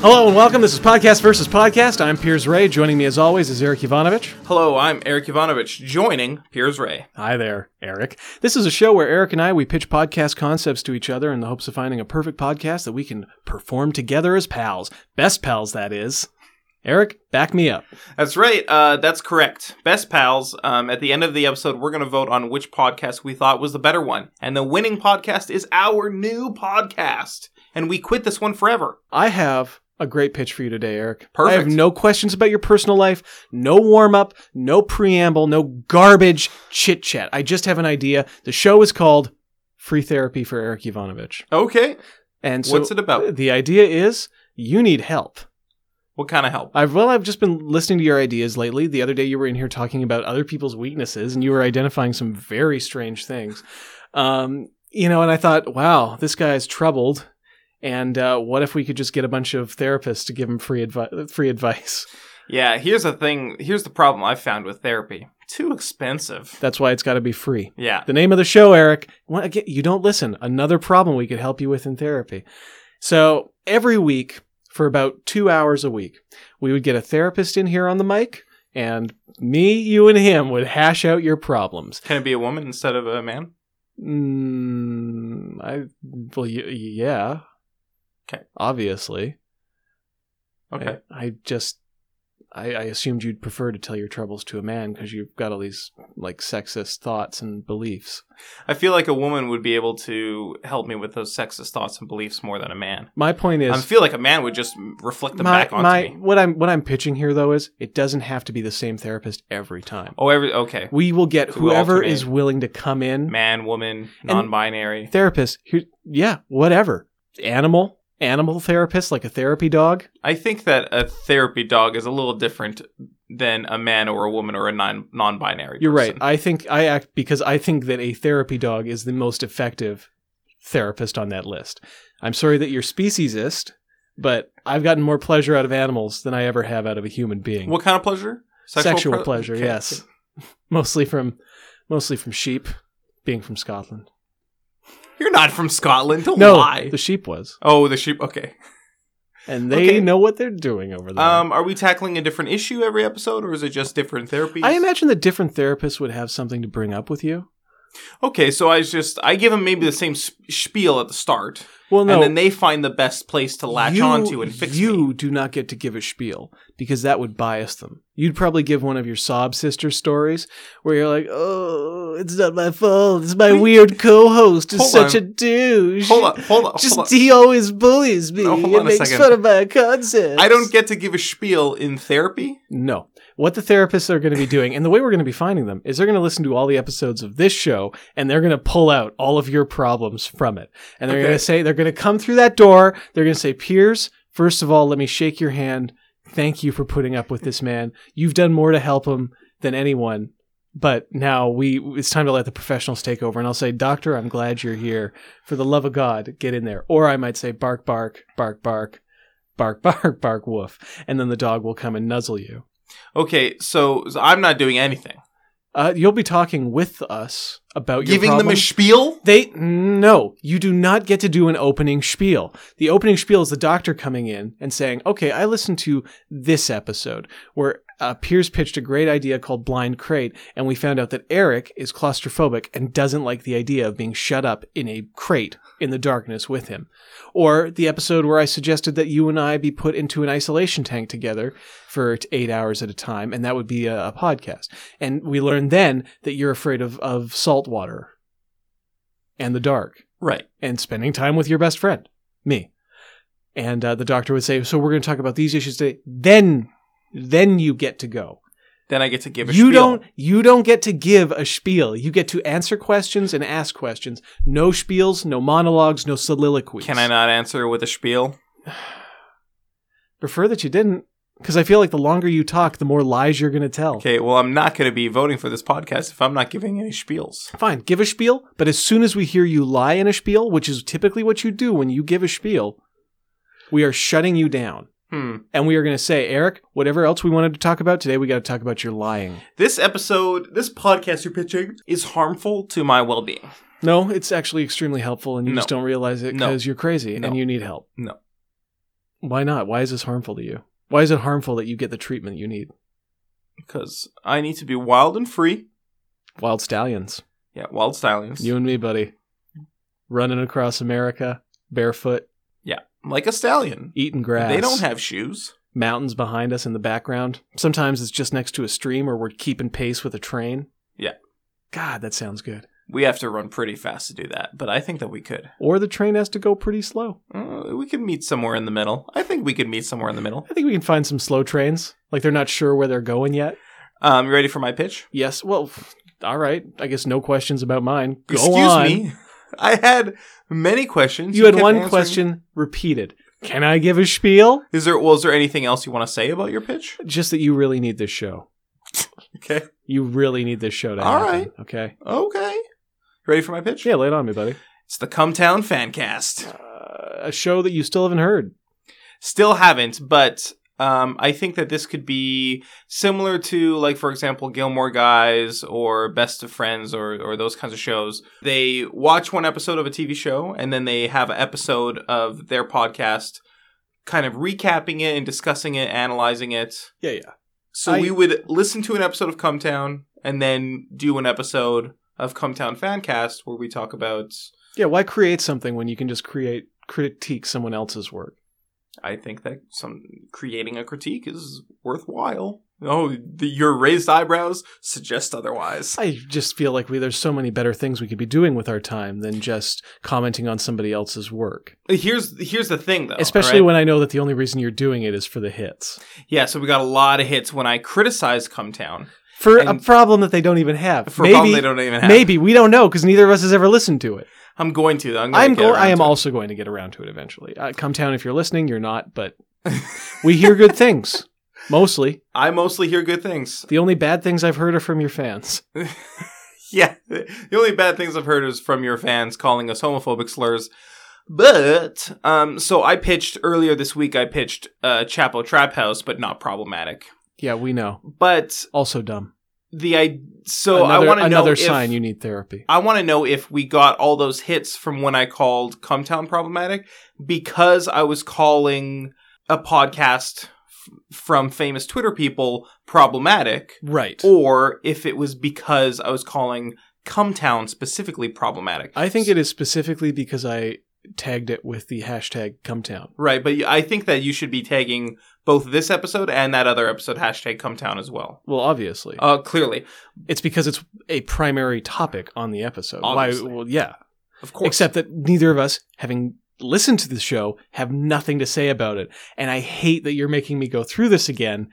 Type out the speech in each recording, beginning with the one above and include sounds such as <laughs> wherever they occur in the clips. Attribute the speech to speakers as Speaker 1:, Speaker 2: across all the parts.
Speaker 1: Hello and welcome. This is Podcast versus Podcast. I'm Piers Ray. Joining me as always is Eric Ivanovich.
Speaker 2: Hello, I'm Eric Ivanovich, joining Piers Ray.
Speaker 1: Hi there, Eric. This is a show where Eric and I we pitch podcast concepts to each other in the hopes of finding a perfect podcast that we can perform together as pals. Best pals, that is. Eric, back me up.
Speaker 2: That's right, uh, that's correct. Best pals, um, at the end of the episode, we're going to vote on which podcast we thought was the better one. And the winning podcast is our new podcast. And we quit this one forever.
Speaker 1: I have a great pitch for you today, Eric. I have
Speaker 2: Perfect.
Speaker 1: no questions about your personal life, no warm up, no preamble, no garbage chit chat. I just have an idea. The show is called Free Therapy for Eric Ivanovich.
Speaker 2: Okay.
Speaker 1: And so
Speaker 2: What's it about?
Speaker 1: The idea is you need help.
Speaker 2: What kind of help?
Speaker 1: I've well, I've just been listening to your ideas lately. The other day you were in here talking about other people's weaknesses, and you were identifying some very strange things. Um, you know, and I thought, wow, this guy's troubled. And uh, what if we could just get a bunch of therapists to give him free advice? Free advice.
Speaker 2: Yeah, here's the thing. Here's the problem I've found with therapy too expensive.
Speaker 1: That's why it's got to be free.
Speaker 2: Yeah.
Speaker 1: The name of the show, Eric. Well, again, you don't listen. Another problem we could help you with in therapy. So every week, for about two hours a week, we would get a therapist in here on the mic, and me, you, and him would hash out your problems.
Speaker 2: Can it be a woman instead of a man?
Speaker 1: Mm, I well, y- yeah.
Speaker 2: 'Kay.
Speaker 1: Obviously.
Speaker 2: Okay.
Speaker 1: I, I just. I, I assumed you'd prefer to tell your troubles to a man because you've got all these like sexist thoughts and beliefs.
Speaker 2: I feel like a woman would be able to help me with those sexist thoughts and beliefs more than a man.
Speaker 1: My point is,
Speaker 2: I feel like a man would just reflect them back onto me.
Speaker 1: What I'm what I'm pitching here though is it doesn't have to be the same therapist every time.
Speaker 2: Oh, every okay.
Speaker 1: We will get
Speaker 2: We'll
Speaker 1: whoever
Speaker 2: alternate.
Speaker 1: is willing to come in.
Speaker 2: Man, woman, non-binary.
Speaker 1: Therapist, here, yeah, whatever. Animal, animal therapist, like a therapy dog.
Speaker 2: I think that a therapy dog is a little different than a man or a woman or a non non-binary.
Speaker 1: You're right.
Speaker 2: person.
Speaker 1: I think I act because I think that a therapy dog is the most effective therapist on that list. I'm sorry that you're speciesist, but I've gotten more pleasure out of animals than I ever have out of a human being.
Speaker 2: What kind of pleasure?
Speaker 1: sexual,
Speaker 2: pre-
Speaker 1: pleasure,
Speaker 2: okay.
Speaker 1: yes. <laughs> mostly from mostly from sheep, being from Scotland.
Speaker 2: You're not from Scotland. Don't
Speaker 1: No,
Speaker 2: lie.
Speaker 1: the sheep was,
Speaker 2: oh, the sheep. Okay.
Speaker 1: and they
Speaker 2: Okay.
Speaker 1: know what they're doing over there.
Speaker 2: Um, are we tackling a different issue every episode, or is it just different therapies?
Speaker 1: I imagine that different therapists would have something to bring up with you.
Speaker 2: Okay, so I was just I give them maybe the same sp- spiel at the start,
Speaker 1: Well, no,
Speaker 2: and then they find the best place to latch
Speaker 1: you,
Speaker 2: onto and fix
Speaker 1: You
Speaker 2: me.
Speaker 1: do not get to give a spiel because that would bias them. You'd probably give one of your sob sister stories where you're like, "Oh, it's not my fault. It's my
Speaker 2: Wait.
Speaker 1: weird co-host is
Speaker 2: Hold
Speaker 1: such
Speaker 2: on.
Speaker 1: a douche.
Speaker 2: Hold on, hold on, hold on.
Speaker 1: Just he always bullies me
Speaker 2: No, hold
Speaker 1: and
Speaker 2: on a
Speaker 1: makes
Speaker 2: second.
Speaker 1: fun of my concepts.
Speaker 2: I don't get to give a spiel in therapy.
Speaker 1: No. What the therapists are going to be doing, and the way we're going to be finding them, is they're going to listen to all the episodes of this show and they're going to pull out all of your problems from it. And they're
Speaker 2: Okay.
Speaker 1: going to say, they're going to come through that door. They're going to say, Piers, first of all, let me shake your hand. Thank you for putting up with this man. You've done more to help him than anyone. But now we it's time to let the professionals take over. And I'll say, Doctor, I'm glad you're here. For the love of God, get in there. Or I might say, bark, bark, bark, bark, bark, bark, bark, woof. And then the dog will come and nuzzle you.
Speaker 2: Okay, so, so I'm not doing anything.
Speaker 1: Uh, you'll be talking with us about Oh, your
Speaker 2: Giving them
Speaker 1: problem.
Speaker 2: a spiel?
Speaker 1: they no, you do not get to do an opening spiel. The opening spiel is the doctor coming in and saying, "Okay, I listened to this episode where uh, Piers pitched a great idea called Blind Crate, and we found out that Eric is claustrophobic and doesn't like the idea of being shut up in a crate in the darkness with him." Or the episode where I suggested that you and I be put into an isolation tank together for t- eight hours at a time, and that would be a, a podcast. And we learned then that you're afraid of, of salt water and the dark
Speaker 2: Right.
Speaker 1: and spending time with your best friend, me. And uh, the doctor would say, "So we're going to talk about these issues today. Then, then you get to go.
Speaker 2: Then I get to give a
Speaker 1: you
Speaker 2: spiel.
Speaker 1: don't. You don't get to give a spiel. You get to answer questions and ask questions. No spiels, no monologues, no soliloquies.
Speaker 2: Can I not answer with a spiel?
Speaker 1: prefer that you didn't? Because I feel like the longer you talk, the more lies you're going to tell.
Speaker 2: Okay, well, I'm not going to be voting for this podcast if I'm not giving any spiels.
Speaker 1: Fine, give a spiel, but as soon as we hear you lie in a spiel, which is typically what you do when you give a spiel, we are shutting you down.
Speaker 2: Hmm.
Speaker 1: and we are going to say, Eric, whatever else we wanted to talk about today, we got to talk about your lying.
Speaker 2: This episode, this podcast you're pitching, is harmful to my well being.
Speaker 1: No, it's actually extremely helpful, and you
Speaker 2: No.
Speaker 1: just don't realize it
Speaker 2: No.
Speaker 1: because you're crazy
Speaker 2: No.
Speaker 1: and you need help.
Speaker 2: No.
Speaker 1: Why not? Why is this harmful to you? Why is it harmful that you get the treatment you need?
Speaker 2: because I need to be wild and free.
Speaker 1: Wild stallions.
Speaker 2: Yeah, wild stallions.
Speaker 1: You and me, buddy. Running across America, barefoot,
Speaker 2: like a stallion.
Speaker 1: eating grass.
Speaker 2: They don't have shoes.
Speaker 1: mountains behind us in the background. Sometimes it's just next to a stream or we're keeping pace with a train.
Speaker 2: Yeah.
Speaker 1: God, that sounds good.
Speaker 2: We have to run pretty fast to do that, but I think that we could.
Speaker 1: Or the train has to go pretty slow.
Speaker 2: Uh, we could meet somewhere in the middle. I think we could meet somewhere in the middle.
Speaker 1: I think we can find some slow trains. Like they're not sure where they're going yet.
Speaker 2: Um, you ready for my pitch?
Speaker 1: Yes. Well, all right. I guess no questions about mine. Go
Speaker 2: Excuse
Speaker 1: on.
Speaker 2: me. I had many questions.
Speaker 1: You had
Speaker 2: kept
Speaker 1: one
Speaker 2: answering-
Speaker 1: question repeated. Can I give a spiel?
Speaker 2: Is there well? Is there anything else you want to say about your pitch?
Speaker 1: Just that you really need this show.
Speaker 2: Okay.
Speaker 1: You really need this show to
Speaker 2: All
Speaker 1: happen.
Speaker 2: right.
Speaker 1: Okay.
Speaker 2: Okay. Ready for my pitch?
Speaker 1: Yeah, lay it on me, buddy.
Speaker 2: It's the Cumtown Fancast.
Speaker 1: Uh, a show that you still haven't heard.
Speaker 2: Still haven't, but um, I think that this could be similar to, like, for example, Gilmore Guys or Best of Friends or, or those kinds of shows. They watch one episode of a TV show and then they have an episode of their podcast kind of recapping it and discussing it, analyzing it.
Speaker 1: Yeah, yeah.
Speaker 2: So
Speaker 1: I-
Speaker 2: we would listen to an episode of Cumtown and then do an episode of Cumtown Fancast where we talk about.
Speaker 1: Yeah, why create something when you can just create critique someone else's work?
Speaker 2: I think that some creating a critique is worthwhile. Oh, the, your raised eyebrows suggest otherwise.
Speaker 1: I just feel like we there's so many better things we could be doing with our time than just commenting on somebody else's work.
Speaker 2: Here's here's the thing though,
Speaker 1: Especially
Speaker 2: alright?
Speaker 1: when I know that the only reason you're doing it is for the hits.
Speaker 2: yeah. So we got a lot of hits when I criticized Cumtown
Speaker 1: For a
Speaker 2: And-
Speaker 1: problem that they don't even have.
Speaker 2: for a
Speaker 1: maybe
Speaker 2: problem they don't even have.
Speaker 1: maybe we don't know because neither of us has ever listened to it.
Speaker 2: I'm going to though. I'm, gonna
Speaker 1: I'm
Speaker 2: get
Speaker 1: go-
Speaker 2: around
Speaker 1: I am
Speaker 2: to it.
Speaker 1: also going to get around to it eventually. Uh, come town if you're listening, you're not, but we hear good things.
Speaker 2: <laughs>
Speaker 1: Mostly.
Speaker 2: I mostly hear good things. <laughs>
Speaker 1: The only bad things I've heard are from your fans.
Speaker 2: Yeah, the only bad things I've heard is from your fans calling us homophobic slurs. But um, so I pitched earlier this week. I pitched uh, Chapo Trap House, but not problematic.
Speaker 1: Yeah, we know.
Speaker 2: But
Speaker 1: Also dumb.
Speaker 2: the I so
Speaker 1: another,
Speaker 2: I want to know
Speaker 1: another
Speaker 2: if-
Speaker 1: sign you need therapy.
Speaker 2: I want to know if we got all those hits from when I called Cumtown problematic because I was calling a podcast f- from famous Twitter people problematic,
Speaker 1: Right.
Speaker 2: or if it was because I was calling Cumtown specifically problematic.
Speaker 1: I think it is specifically because I tagged it with the hashtag cumtown.
Speaker 2: Right, but I think that you should be tagging both this episode and that other episode hashtag Cumtown as well.
Speaker 1: Well, obviously.
Speaker 2: Uh, clearly,
Speaker 1: it's because it's a primary topic on the episode.
Speaker 2: Obviously.
Speaker 1: Why well yeah.
Speaker 2: of course.
Speaker 1: Except that neither of us, having listened to the show, have nothing to say about it. And I hate that you're making me go through this again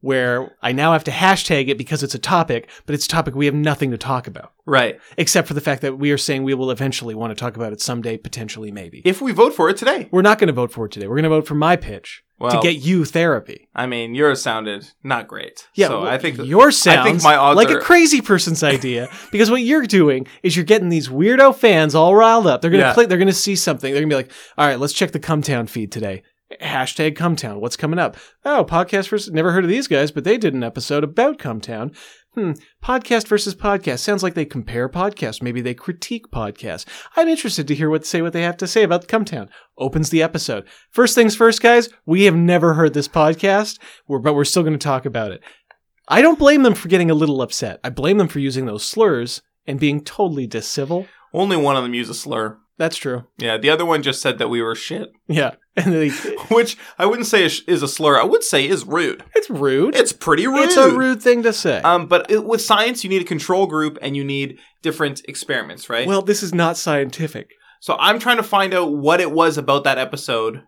Speaker 1: where I now have to hashtag it because it's a topic, but it's a topic we have nothing to talk about.
Speaker 2: right,
Speaker 1: Except for the fact that we are saying we will eventually want to talk about it someday, potentially maybe.
Speaker 2: if we vote for it today,
Speaker 1: We're not going to vote for it today. We're going to vote for my pitch
Speaker 2: well,
Speaker 1: to get you therapy.
Speaker 2: I mean, yours sounded not great.
Speaker 1: Yeah,
Speaker 2: so
Speaker 1: well,
Speaker 2: I think that-
Speaker 1: yours sounds
Speaker 2: I think my odds
Speaker 1: like
Speaker 2: are-
Speaker 1: a crazy
Speaker 2: <laughs>
Speaker 1: person's idea because what you're doing is you're getting these weirdo fans all riled up. They're gonna
Speaker 2: Yeah.
Speaker 1: click. They're gonna see something. They're gonna be like, "All right, let's check the Cumtown feed today." Hashtag Cumtown. What's coming up? Oh, podcast versus. Never heard of these guys, but they did an episode about Cumtown. Hmm. Podcast versus podcast sounds like they compare podcasts. Maybe they critique podcasts. I'm interested to hear what say what they have to say about Cumtown. Opens the episode. First things first, guys. We have never heard this podcast, we're, but we're still going to talk about it. I don't blame them for getting a little upset. I blame them for using those slurs and being totally discivil.
Speaker 2: only one of them used a slur.
Speaker 1: That's true.
Speaker 2: Yeah, the other one just said that we were shit, <laughs>
Speaker 1: Yeah, <laughs> and they,
Speaker 2: which I wouldn't say is is a slur. I would say is rude.
Speaker 1: it's rude.
Speaker 2: It's pretty rude.
Speaker 1: It's a rude thing to say.
Speaker 2: Um, but it, with science, you need a control group and you need different experiments, right?
Speaker 1: well, this is not scientific.
Speaker 2: so I'm trying to find out what it was about that episode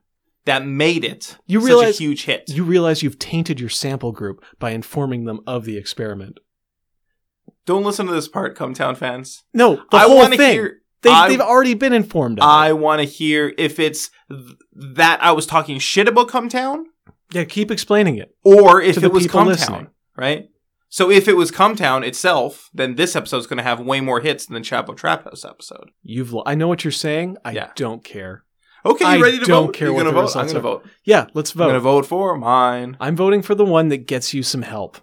Speaker 2: that made it
Speaker 1: You
Speaker 2: such
Speaker 1: realize-
Speaker 2: a huge hit.
Speaker 1: You realize you've tainted your sample group by informing them of the experiment.
Speaker 2: Don't listen to this part, Cumtown fans.
Speaker 1: No, the
Speaker 2: I
Speaker 1: whole
Speaker 2: wanna
Speaker 1: thing.
Speaker 2: hear.
Speaker 1: they,
Speaker 2: I-
Speaker 1: they've already been informed of.
Speaker 2: I want to hear if it's th- that I was talking shit about Cumtown
Speaker 1: it. Yeah, keep explaining it.
Speaker 2: or if
Speaker 1: To the
Speaker 2: it was
Speaker 1: people
Speaker 2: Cumtown,
Speaker 1: listening.
Speaker 2: right? So if it was Cumtown itself, then this episode's going to have way more hits than the Chapo Trap House episode.
Speaker 1: You've. Lo- I know what you're saying. I
Speaker 2: Yeah.
Speaker 1: don't care.
Speaker 2: Okay, you
Speaker 1: I
Speaker 2: ready to
Speaker 1: don't
Speaker 2: vote?
Speaker 1: care
Speaker 2: You're
Speaker 1: what
Speaker 2: gonna
Speaker 1: the
Speaker 2: vote. I'm
Speaker 1: results
Speaker 2: gonna
Speaker 1: are.
Speaker 2: vote.
Speaker 1: Yeah, let's
Speaker 2: I'm gonna
Speaker 1: vote.
Speaker 2: vote for mine.
Speaker 1: I'm voting for the one that gets you some help.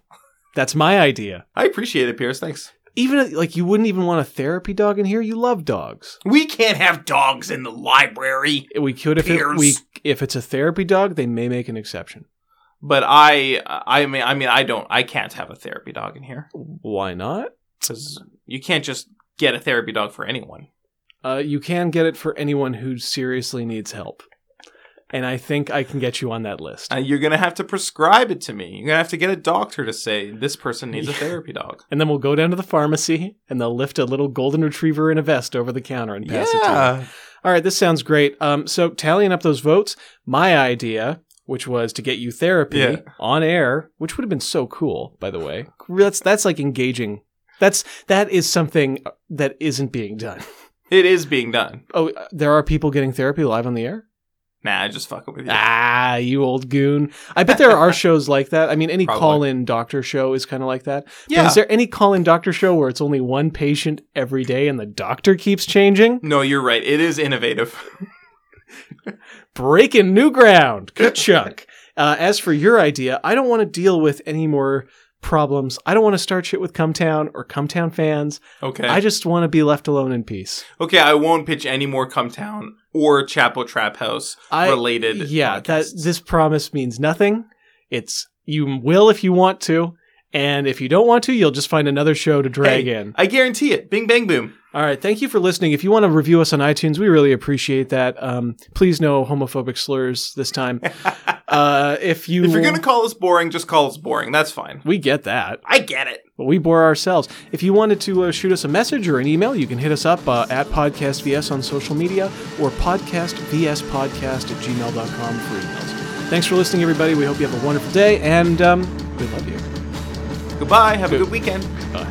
Speaker 1: That's my idea.
Speaker 2: I appreciate it, Pierce. Thanks.
Speaker 1: even like you wouldn't even want a therapy dog in here. You love dogs.
Speaker 2: We can't have dogs in the library.
Speaker 1: We could if it,
Speaker 2: Pierce.
Speaker 1: we if it's a therapy dog, they may make an exception.
Speaker 2: But I, I mean, I mean, I don't, I can't have a therapy dog in here
Speaker 1: Why not?
Speaker 2: because you can't just get a therapy dog for anyone.
Speaker 1: Uh, you can get it for anyone who seriously needs help, and I think I can get you on that list.
Speaker 2: Uh, you're gonna have to prescribe it to me. You're gonna have to get a doctor to say this person needs a
Speaker 1: Yeah.
Speaker 2: therapy dog.
Speaker 1: And then we'll go down to the pharmacy, and they'll lift a little golden retriever in a vest over the counter and pass it to you.
Speaker 2: Yeah,
Speaker 1: All right, this sounds great. Um, so tallying up those votes, my idea, which was to get you therapy
Speaker 2: Yeah.
Speaker 1: on air, which would have been so cool, by the way. That's that's like engaging. That's that is something uh, that isn't being done. <laughs>
Speaker 2: it is being done.
Speaker 1: Oh, uh, there are people getting therapy live on the air.
Speaker 2: Nah, just fucking with you. <laughs>
Speaker 1: Ah, you old goon! I bet there are shows like that. I mean, any
Speaker 2: Probably.
Speaker 1: call-in doctor show is kind of like that. But
Speaker 2: yeah.
Speaker 1: Is there any call-in doctor show where it's only one patient every day and the doctor keeps changing,
Speaker 2: no, you're right. It is innovative. <laughs>
Speaker 1: breaking new ground? Good chunk. Uh, as for your idea, I don't want to deal with any more problems. I don't want to start shit with Cumtown or Cumtown fans.
Speaker 2: okay.
Speaker 1: I just want to be left alone in peace.
Speaker 2: okay, I won't pitch any more Cumtown or Chapel Trap House
Speaker 1: I,
Speaker 2: related.
Speaker 1: yeah that
Speaker 2: podcasts.
Speaker 1: this promise means nothing it's you will if you want to and if you don't want to you'll just find another show to drag
Speaker 2: Hey.
Speaker 1: in
Speaker 2: I guarantee it. Bing bang boom.
Speaker 1: all right thank you for listening if you want to review us on itunes we really appreciate that um, please no homophobic slurs this
Speaker 2: <laughs>
Speaker 1: time uh, if you
Speaker 2: If you're gonna call us boring, just call us boring. That's fine.
Speaker 1: we get that
Speaker 2: I get it.
Speaker 1: but we bore ourselves. If you wanted to uh, shoot us a message or an email, you can hit us up uh, at podcastvs on social media or podcastvspodcast at gmail.com for emails. Thanks for listening, everybody. We hope you have a wonderful day, and um, we love you.
Speaker 2: Goodbye. Have a good weekend.
Speaker 1: Bye.